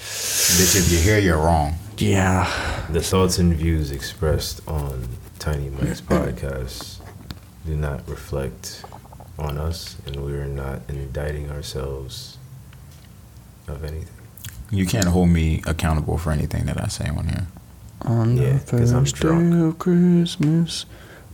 Bitch, if you're here, you're wrong. Yeah. The thoughts and views expressed on Tiny Mike's podcast do not reflect on us, and we are not indicting ourselves of anything. You can't hold me accountable for anything that I say on here. On Yeah, the 'cause I'm first drunk. day of Christmas,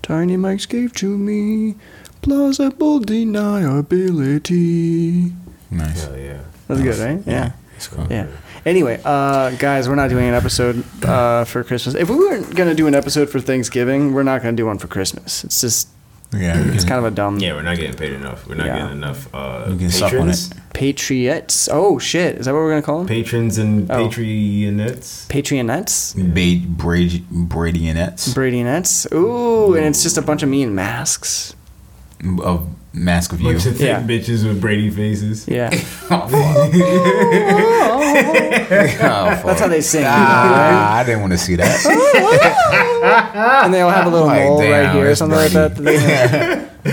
Tiny Mike's gave to me plausible deniability. Nice. Hell yeah. That's Nice. good, right? Yeah. Yeah. It's cool. Yeah. Anyway, uh, guys, we're not doing an episode uh, for Christmas. If we weren't gonna do an episode for Thanksgiving, we're not gonna do one for Christmas. It's just Yeah. it's kind of a dumb. Yeah, we're not getting paid enough. We're not Yeah. getting enough uh, You can patrons. suck on Patriots. Oh shit, is that what we're gonna call them? Patrons and Oh. patriots. Patreonettes. Ba- Brady, Brady and Nets Bradyettes. Ooh, and it's just a bunch of mean masks. of Mask of You. Bunch of thick Yeah. bitches with Brady faces. Yeah, That's that's how they sing, Ah, I didn't want to see that. and they all have a little Like, mole right damn, here or it's something like that. that they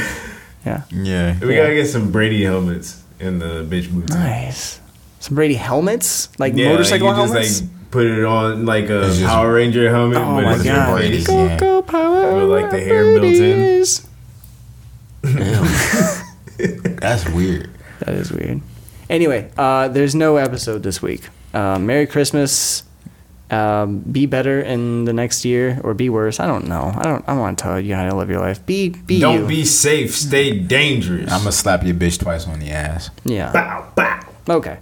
yeah. yeah. We Yeah. gotta get some Brady helmets in the bitch boots. Nice. Some Brady helmets, like motorcycle like you helmets. just like put it on like a It's just- Power Ranger helmet, Oh but my it's just God. Brady. Brady's, yeah. go power. With, like, the hair built in. Birdies. That's weird. That is weird. Anyway, uh, there's no episode this week. Uh, Merry Christmas. Um, be better in the next year, or be worse. I don't know. I don't. I want to tell you how to live your life. Be be Don't you. be safe, stay dangerous. I'm gonna slap your bitch twice on the ass. yeah. bow bow. Okay.